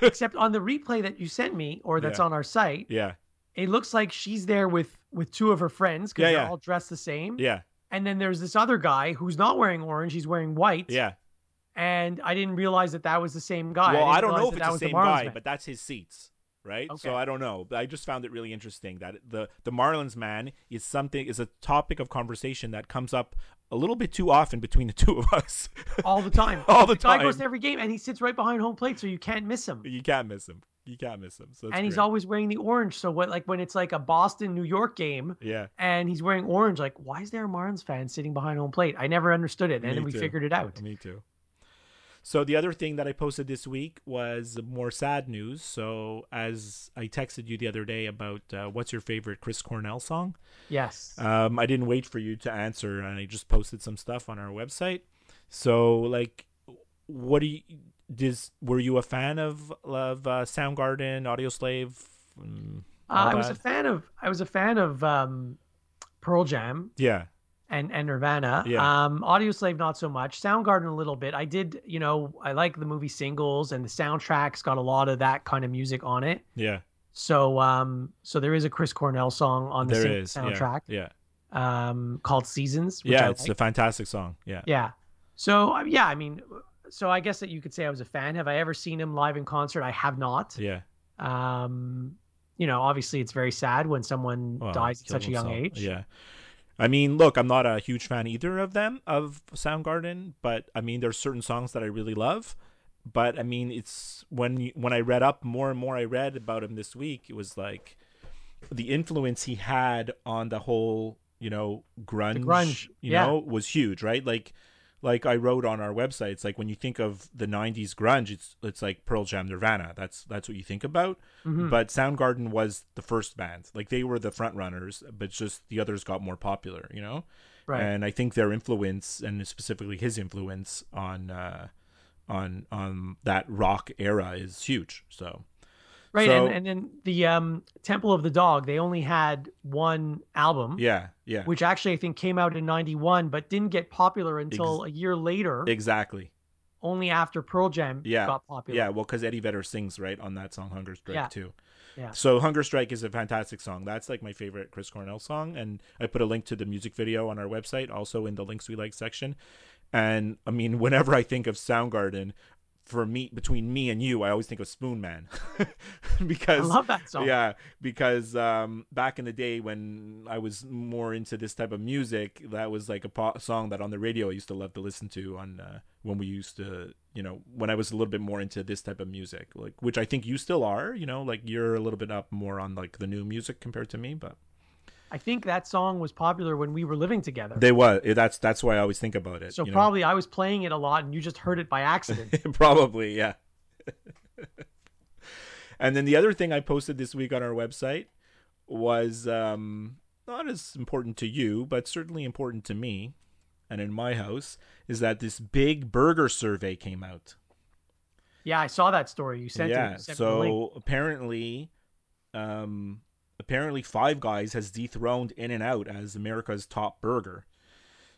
except on the replay that you sent me or that's
Yeah.
on our site.
Yeah.
It looks like she's there with with two of her friends because
Yeah,
they're
yeah.
all dressed the same.
Yeah.
And then there's this other guy who's not wearing orange; he's wearing white.
Yeah.
And I didn't realize that that was the same guy.
Well,
didn't
I, don't know
realize
if
that
it's the
that was
same
Marlins
guy,
man.
but that's his seats, right?
Okay.
So I don't know. But I just found it really interesting that the the Marlins man is something is a topic of conversation that comes up a little bit too often between the <laughs> two of us.
all the time.
<laughs> All the
Guy goes to
time.
every game and he sits right behind home plate, so you can't miss him.
you can't miss him. You can't miss him. So that's
and he's
great.
always wearing the orange. So what, like when it's like a Boston New York game,
yeah.
and he's wearing orange, like why is there a Marlins fan sitting behind home plate? I never understood it, and
Me
then we
too.
figured it out.
Me too. So the other thing that I posted this week was more sad news. So as I texted you the other day about uh, what's your favorite Chris Cornell song,
Yes.
um, I didn't wait for you to answer, and I just posted some stuff on our website. So like, what do you? Does, were you a fan of of uh, Soundgarden, Audio Slave? Mm,
Uh, I was a fan of I was a fan of um, Pearl Jam
yeah,
and and Nirvana.
Yeah.
Um, Audio Slave not so much. Soundgarden a little bit. I did you know I like the movie singles and the soundtracks got a lot of that kind of music on it.
yeah.
So um so there is a Chris Cornell song on the
There
sing-
is yeah,
soundtrack
Yeah,
um called Seasons. Which
yeah.
I
it's
like.
a fantastic song. Yeah.
yeah. So uh, yeah, I mean, so I guess that you could say I was a fan. Have I ever seen him live in concert? I have not.
Yeah.
Um, you know, obviously it's very sad when someone
Well,
dies at
killed
such a young
himself.
age.
Yeah. I mean, look, I'm not a huge fan either of them of Soundgarden, but I mean, there's certain songs that I really love. But I mean, it's when you- when I read up more and more, I read about him this week. It was like the influence he had on the whole, you know, grunge.
grunge,
you
yeah.
know, was huge, right? Like, like I wrote on our website, it's like when you think of the '90s grunge, it's it's like Pearl Jam, Nirvana. That's that's what you think about
Mhm.
but Soundgarden was the first band. Like they were the front runners, but just the others got more popular, you know?
right.
And I think their influence and specifically his influence on uh on on that rock era is huge. So
right.
so-
and, and then the um, Temple of the Dog, they only had one album,
yeah, yeah.
which actually I think came out in 91, but didn't get popular until a year later,
Exactly.
only after Pearl Jam
Yeah,
got popular.
Yeah, well, because Eddie Vedder sings right on that song "Hunger Strike"
Yeah.
too.
Yeah.
So "Hunger Strike" is a fantastic song. That's like my favorite Chris Cornell song, and I put a link to the music video on our website, also in the links we like section. And I mean, whenever I think of Soundgarden, for me, between me and you, I always think of Spoon Man, <laughs>
I
because
love that song.
yeah, because um, back in the day when I was more into this type of music, that was like a po- song that on the radio I used to love to listen to on uh, when we used to, you know, when I was a little bit more into this type of music, like which I think you still are, you know, like you're a little bit up more on like the new music compared to me, but
I think that song was popular when we were living together.
they was that's that's why I always think about it.
so
you know?
probably I was playing it a lot and you just heard it by accident.
<laughs> Probably, yeah. and then the other thing I posted this week on our website was um, not as important to you, but certainly important to me and in my house is that this big burger survey came out.
yeah, I saw that story. You sent it.
yeah.
You sent me the link.
So apparently, um, apparently Five Guys has dethroned In and Out as America's top burger.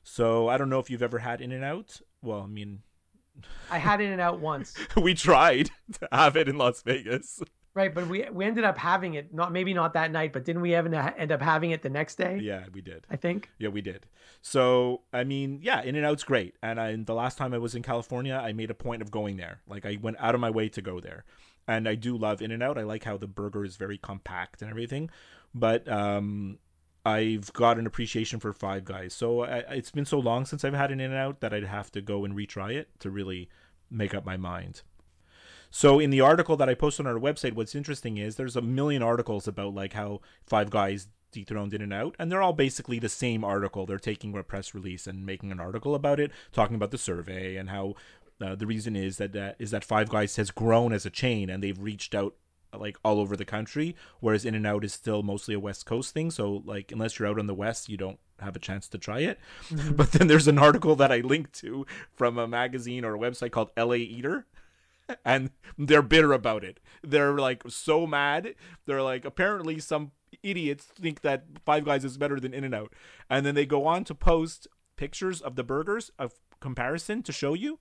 So I don't know if you've ever had In and Out. Well, I mean, <laughs>
I had In and Out once.
we tried <laughs> to have it in Las Vegas.
Right, but we we ended up having it not maybe not that night, but didn't we even ha- end up having it the next day?
Yeah, we did.
I think.
Yeah, we did. So, I mean, yeah, In and Out's great. And I, the last time I was in California, I made a point of going there. Like, I went out of my way to go there. And I do love In and Out. I like how the burger is very compact and everything. But um, I've got an appreciation for Five Guys. So, I, it's been so long since I've had an In and Out that I'd have to go and retry it to really make up my mind. So in the article that I posted on our website, what's interesting is there's a million articles about like how Five Guys dethroned In and Out, and they're all basically the same article. They're taking a press release and making an article about it, talking about the survey and how uh, the reason is that uh, is that Five Guys has grown as a chain and they've reached out like all over the country, whereas In and Out is still mostly a West Coast thing. So like unless you're out on the West, you don't have a chance to try it. <laughs> But then there's an article that I linked to from a magazine or a website called LA Eater and they're bitter about it. They're like so mad. They're like apparently some idiots think that Five Guys is better than In and Out, and then they go on to post pictures of the burgers of comparison to show you.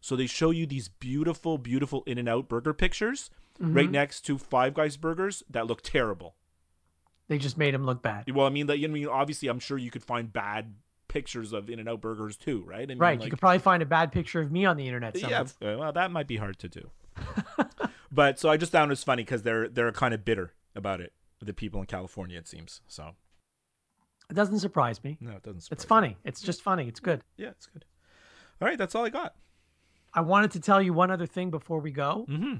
So they show you these beautiful, beautiful In and Out burger pictures
Mm-hmm.
right next to Five Guys burgers that look terrible.
They just made him look bad.
Well, I mean, like, I mean, obviously, I'm sure you could find bad pictures of In and Out burgers too, right? I mean,
Right,
like-
you could probably find a bad picture of me on the internet
yeah,
somewhere.
f- uh, well, that might be hard to do. <laughs> but so I just found it was funny because they're they're kind of bitter about it. The people in California, it seems. So
It doesn't surprise me.
no, it doesn't.
It's
surprise
funny. It's just funny. It's good.
me. Yeah, it's good. All right, that's all I got.
I wanted to tell you one other thing before we go.
<laughs> Mm-hmm.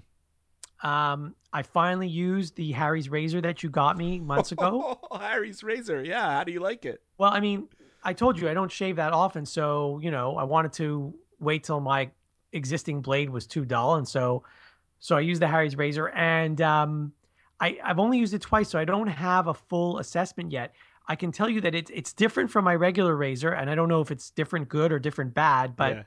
Um, I finally used the Harry's razor that you got me months
<laughs>
ago.
Harry's razor. Yeah, how do you like it?
well, I mean, I told you I don't shave that often, so you know, I wanted to wait till my existing blade was too dull, and so so I used the Harry's razor, and um, I I've only used it twice, so I don't have a full assessment yet. I can tell you that it's it's different from my regular razor, and I don't know if it's different good or different bad, but
Yeah.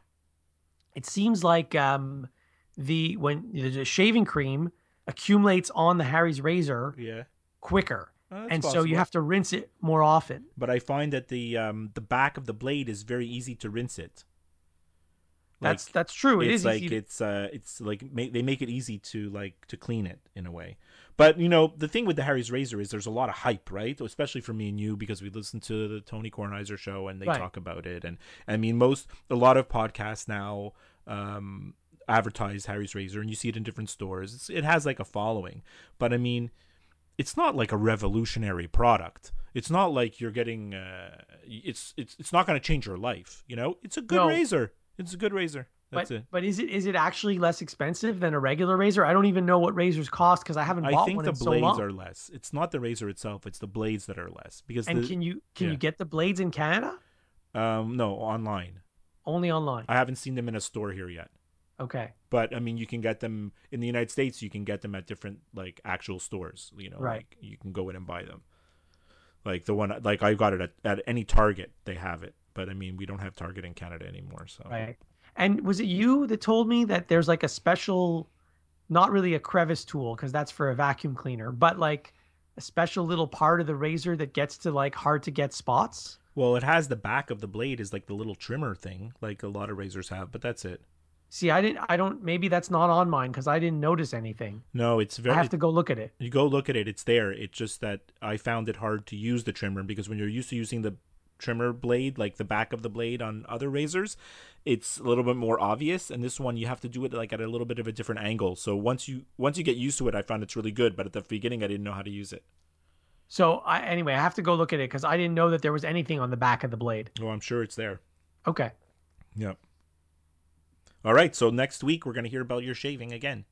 it seems like um, the when the shaving cream accumulates on the Harry's razor
Yeah.
quicker,
Uh, that's
and so
possible.
you have to rinse it more often.
but I find that the um the back of the blade is very easy to rinse it.
That's
Like,
that's true. It
it's
is
like
easy.
it's uh it's like ma- they make it easy to like to clean it in a way. But you know the thing with the Harry's razor is there's a lot of hype, right? Especially for me and you because we listen to the Tony Kornheiser show and they
Right.
talk about it. And I mean most a lot of podcasts now um advertise Harry's razor and you see it in different stores. It's, it has like a following, but I mean it's not like a revolutionary product. It's not like you're getting uh it's it's it's not going to change your life, you know? It's a good
No.
razor. It's a good razor. That's
but
it.
but is it is it actually less expensive than a regular razor? I don't even know what razors cost because I haven't bought
I think
one
the
in so
blades
long.
are less. It's not the razor itself; it's the blades that are less because
and
the,
can you can
yeah.
you get the blades in Canada?
um no online.
Only online.
I haven't seen them in a store here yet,
Okay.
but I mean you can get them in the United States. You can get them at different like actual stores. You know,
Right.
like you can go in and buy them. Like the one, like I got it at, at any Target. They have it, but I mean we don't have Target in Canada anymore. So
Right. And was it you that told me that there's like a special, not really a crevice tool because that's for a vacuum cleaner, but like a special little part of the razor that gets to like hard to get spots?
well, it has the back of the blade is like the little trimmer thing, like a lot of razors have, but that's it.
See, I didn't, I don't, maybe that's not on mine because I didn't notice anything.
No, it's very.
I have to go look at it.
You go look at it, it's there. It's just that I found it hard to use the trimmer because when you're used to using the trimmer blade, like the back of the blade on other razors, it's a little bit more obvious. And this one you have to do it like at a little bit of a different angle. So once you once you get used to it, I found it's really good. But at the beginning I didn't know how to use it.
So I, anyway, I have to go look at it because I didn't know that there was anything on the back of the blade.
Oh, I'm sure it's there.
Okay.
Yep. All right, so next week we're gonna hear about your shaving again.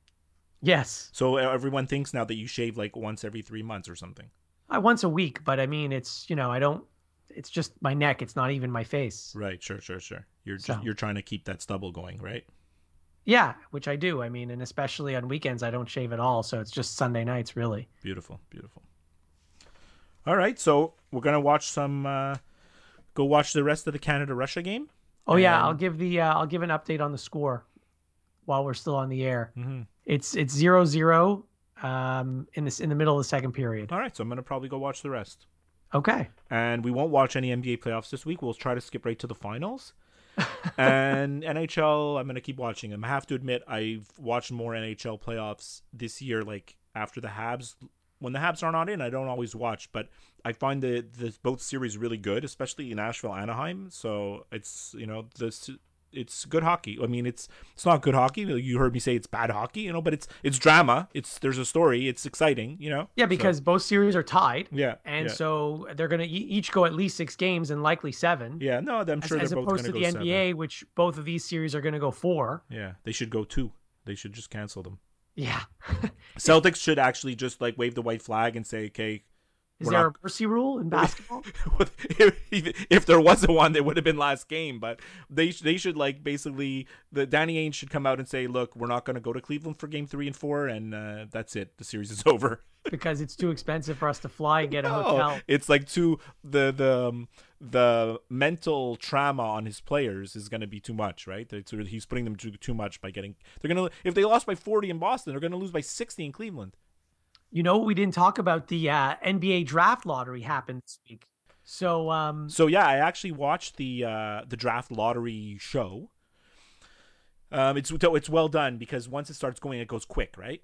Yes.
So uh, everyone thinks now that you shave like once every three months or something.
I once a week, but I mean, it's, you know, I don't, it's just my neck. It's not even my face.
Right, sure, sure, sure. You're
So-
just, you're trying to keep that stubble going, right?
Yeah, which I do. I mean, and especially on weekends, I don't shave at all. So it's just Sunday nights, really.
Beautiful, beautiful. All right, so we're gonna watch some. Uh, go watch the rest of the Canada Russia game.
Oh yeah, I'll
And-
give the uh, I'll give an update on the score while we're still on the air.
Mhm.
It's it's zero zero um, in this in the middle of the second period.
All right, so I'm gonna probably go watch the rest.
Okay,
And we won't watch any NBA playoffs this week. We'll try to skip right to the
<laughs>
finals. and NHL, I'm gonna keep watching them. I have to admit, I've watched more NHL playoffs this year. Like after the Habs, when the Habs are not in, I don't always watch. But I find the the both series really good, especially in Nashville, Anaheim. So it's you know this it's good hockey. I mean, it's it's not good hockey. You heard me say it's bad hockey, you know, but it's it's drama. It's there's a story. It's exciting, you know.
yeah,
So-
because both series are tied,
yeah,
and
yeah.
so they're gonna e- each go at least six games and likely seven,
yeah, no, I'm
as,
sure
as
they're both going
opposed
to go
to the
seven.
NBA, which both of these series are gonna go four.
Yeah, they should go two. They should just cancel them.
Yeah,
<laughs> Celtics should actually just like wave the white flag and say, okay, <laughs>
is
We're
there
not-
a mercy rule in
<laughs>
basketball?
if, if there was a one, it would have been last game. But they sh- they should like basically the Danny Ainge should come out and say, look, we're not going to go to Cleveland for game three and four, and uh, that's it. The series is <laughs> over.
because it's too expensive for us to fly and get a
No,
hotel.
Oh, it's like too the the um, the mental trauma on his players is going to be too much, right? It's- he's putting them too too much by getting. They're gonna if they lost by forty in Boston, they're gonna lose by sixty in Cleveland.
You know, we didn't talk about the uh, NBA draft lottery happened this week. So, um,
So yeah, I actually watched the uh, the draft lottery show. Um, it's it's well done because once it starts going, it goes quick, right?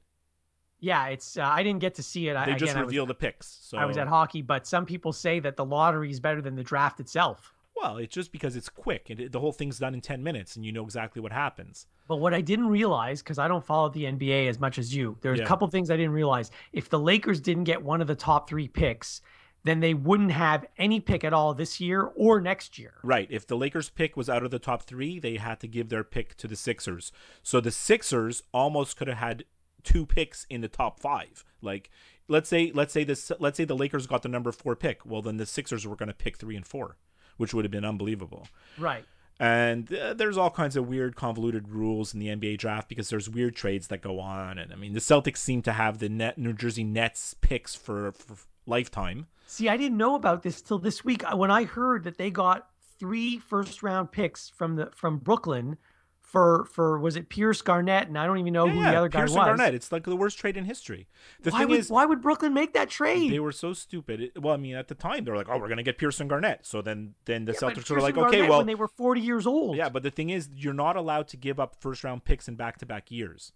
yeah, it's uh, I didn't get to see it. I,
They just
again,
reveal the picks. So
I was, I was at hockey, but some people say that the lottery is better than the draft itself.
well, it's just because it's quick and it, the whole thing's done in ten minutes, and you know exactly what happens.
But what I didn't realize, because I don't follow the NBA as much as you, there's
Yeah.
a couple things I didn't realize. If the Lakers didn't get one of the top three picks, then they wouldn't have any pick at all this year or next year.
Right. If the Lakers pick was out of the top three, they had to give their pick to the Sixers. So the Sixers almost could have had two picks in the top five. Like, let's say, let's say this, let's say the Lakers got the number four pick. Well, then the Sixers were going to pick three and four, which would have been unbelievable.
Right.
And uh, there's all kinds of weird, convoluted rules in the NBA draft because there's weird trades that go on. And I mean, the Celtics seem to have the net New Jersey Nets picks for, for lifetime.
See, I didn't know about this till this week I- when I heard that they got three first round picks from the from Brooklyn for for was it Pierce Garnett and I don't even know Oh, who the other guy
Pierce and
was.
Garnett. It's like the worst trade in history. The
why
thing
would
is,
why would Brooklyn make that trade?
they were so stupid. It- well, I mean, at the time they were like, "Oh, we're gonna get Pearson Garnett." So then, then the
Yeah, but
Celtics were
Pierce
like,
and
"Okay,
Garnett
well,
when they were 40 years old.
yeah." But the thing is, you're not allowed to give up first round picks in back to back years.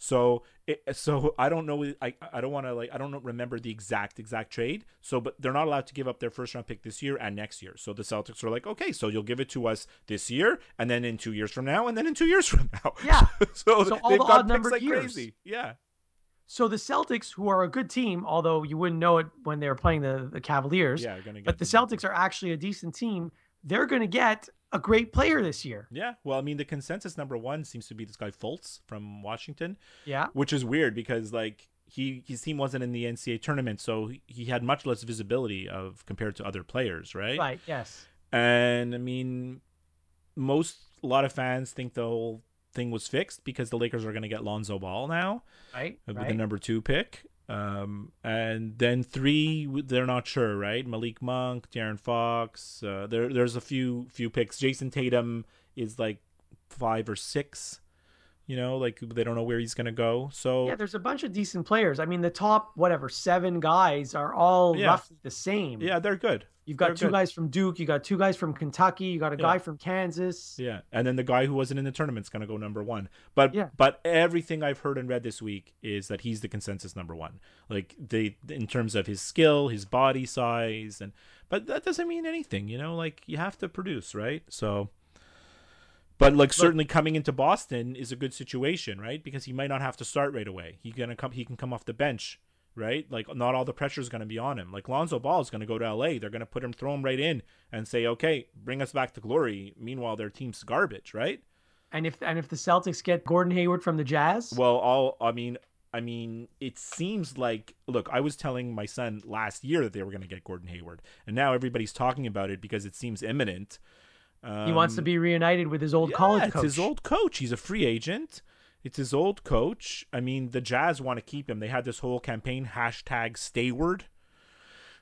So, it, so I don't know. I I don't want to like I don't remember the exact exact trade. So, but they're not allowed to give up their first round pick this year and next year. So the Celtics are like, okay, so you'll give it to us this year, and then in two years from now, and then in two years <laughs> from now.
Yeah.
so,
So all
they've got
the
picks
odd-numbered
like
years.
crazy. Yeah.
So the Celtics, who are a good team, although you wouldn't know it when they were playing the, the Cavaliers,
Yeah. Gonna get
but the
them.
Celtics are actually a decent team. They're going to get a great player this year.
Yeah, well, I mean, the consensus number one seems to be this guy Fultz from Washington,
Yeah.
which is weird because like he his team wasn't in the NCAA tournament, so he had much less visibility of compared to other players, right?
Right. Yes.
And I mean, most a lot of fans think the whole thing was fixed because the Lakers are going to get Lonzo Ball now
Right.
with the
right.
number two pick. Um, and then three, w- they're not sure, right? Malik Monk, Darren Fox. Uh, there, there's a few few picks. Jason Tatum is like five or six. You know, like they don't know where he's gonna go. So
Yeah, there's a bunch of decent players. I mean, the top whatever seven guys are all
Yeah.
roughly the same.
yeah, they're good.
You've
they're
got two
good.
guys from Duke. You got two guys from Kentucky. You got a
Yeah.
guy from Kansas.
Yeah, and then the guy who wasn't in the tournament's gonna go number one. But
Yeah.
but everything I've heard and read this week is that he's the consensus number one. Like they in terms of his skill, his body size, and but that doesn't mean anything, you know. Like you have to produce, right? So. But like certainly coming into Boston is a good situation, right? Because he might not have to start right away. He gonna come. He can come off the bench, right? Like not all the pressure is gonna be on him. Like Lonzo Ball is gonna go to L.A. They're gonna put him, throw him right in, and say, okay, bring us back to glory. Meanwhile, their team's garbage, right?
And if and if the Celtics get Gordon Hayward from the Jazz,
Well, all I mean, I mean, it seems like look, I was telling my son last year that they were going to get Gordon Hayward, and now everybody's talking about it because it seems imminent. Um,
he wants to be reunited with his old
yeah,
college
It's
coach.
his old coach. He's a free agent. It's his old coach. I mean, the Jazz want to keep him. They had this whole campaign hashtag Stayward.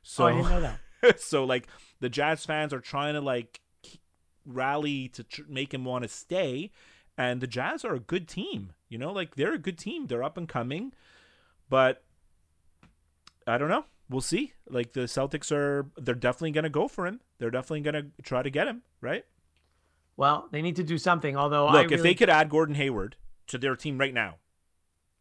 So
oh, I didn't know that.
so like the Jazz fans are trying to like k- rally to tr- make him want to stay, and the Jazz are a good team. You know, like they're a good team. They're up and coming, but I don't know. We'll see. Like the Celtics are, they're definitely gonna go for him. They're definitely gonna try to get him. Right.
Well, they need to do something. Although I
Look, if
really-
they could add Gordon Hayward to their team right now,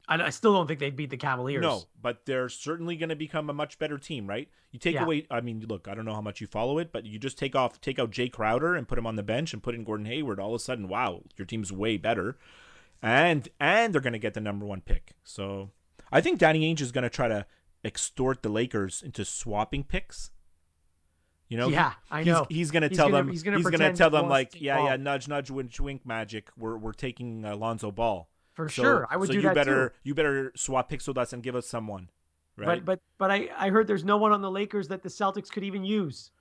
I, I still don't think they'd beat the Cavaliers.
No, but they're certainly going to become a much better team, right? You take
Yeah.
away, I mean, look, I don't know how much you follow it, but you just take off, take out Jay Crowder and put him on the bench and put in Gordon Hayward. All of a sudden, wow, your team's way better, and and they're going to get the number one pick. So I think Danny Ainge is going to try to extort the Lakers into swapping picks. You know, he-
Yeah, I
he's-
know.
He's, gonna
He's
tell
gonna-
them. He's
he's
gonna,
gonna pretend
tell
he
them
wants
like,
Jake
yeah, yeah,
Ball.
nudge, nudge, wink, wink, magic. We're we're taking uh, Lonzo Ball.
for
So-
sure. I would
so
do
you
that
better
too.
you better swap picks with us and give us someone, right?
But but but I I heard there's no one on the Lakers that the Celtics could even use.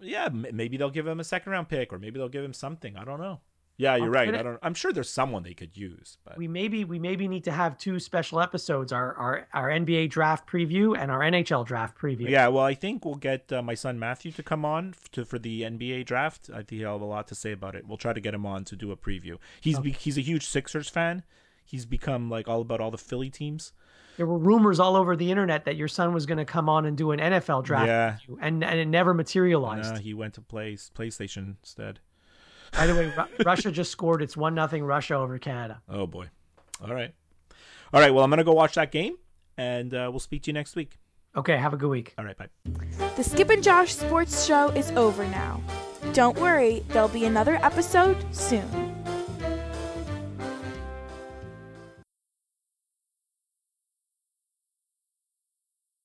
yeah, m- maybe they'll give him a second round pick, or maybe they'll give him something. I don't know. Yeah, you're right.
could
I
it-
don't. I'm sure there's someone they could use, but
We maybe we maybe need to have two special episodes: our our our NBA draft preview and our NHL draft preview.
yeah. Well, I think we'll get uh, my son Matthew to come on f- to for the NBA draft. I think he'll have a lot to say about it. We'll try to get him on to do a preview. He's be- he's a huge Sixers fan. He's become like all about all the Philly teams.
There were rumors all over the internet that your son was going to come on and do an NFL draft,
Yeah.
preview, and and it never materialized.
Uh, he went to play PlayStation instead.
By the way, Ru- Russia just scored its one nothing Russia over Canada.
Oh boy. All right. All right. Well, I'm gonna go watch that game, and uh, we'll speak to you next week.
Okay, have a good week.
All right. Bye.
The Skip and Josh Sports Show is over now. Don't worry, there'll be another episode soon.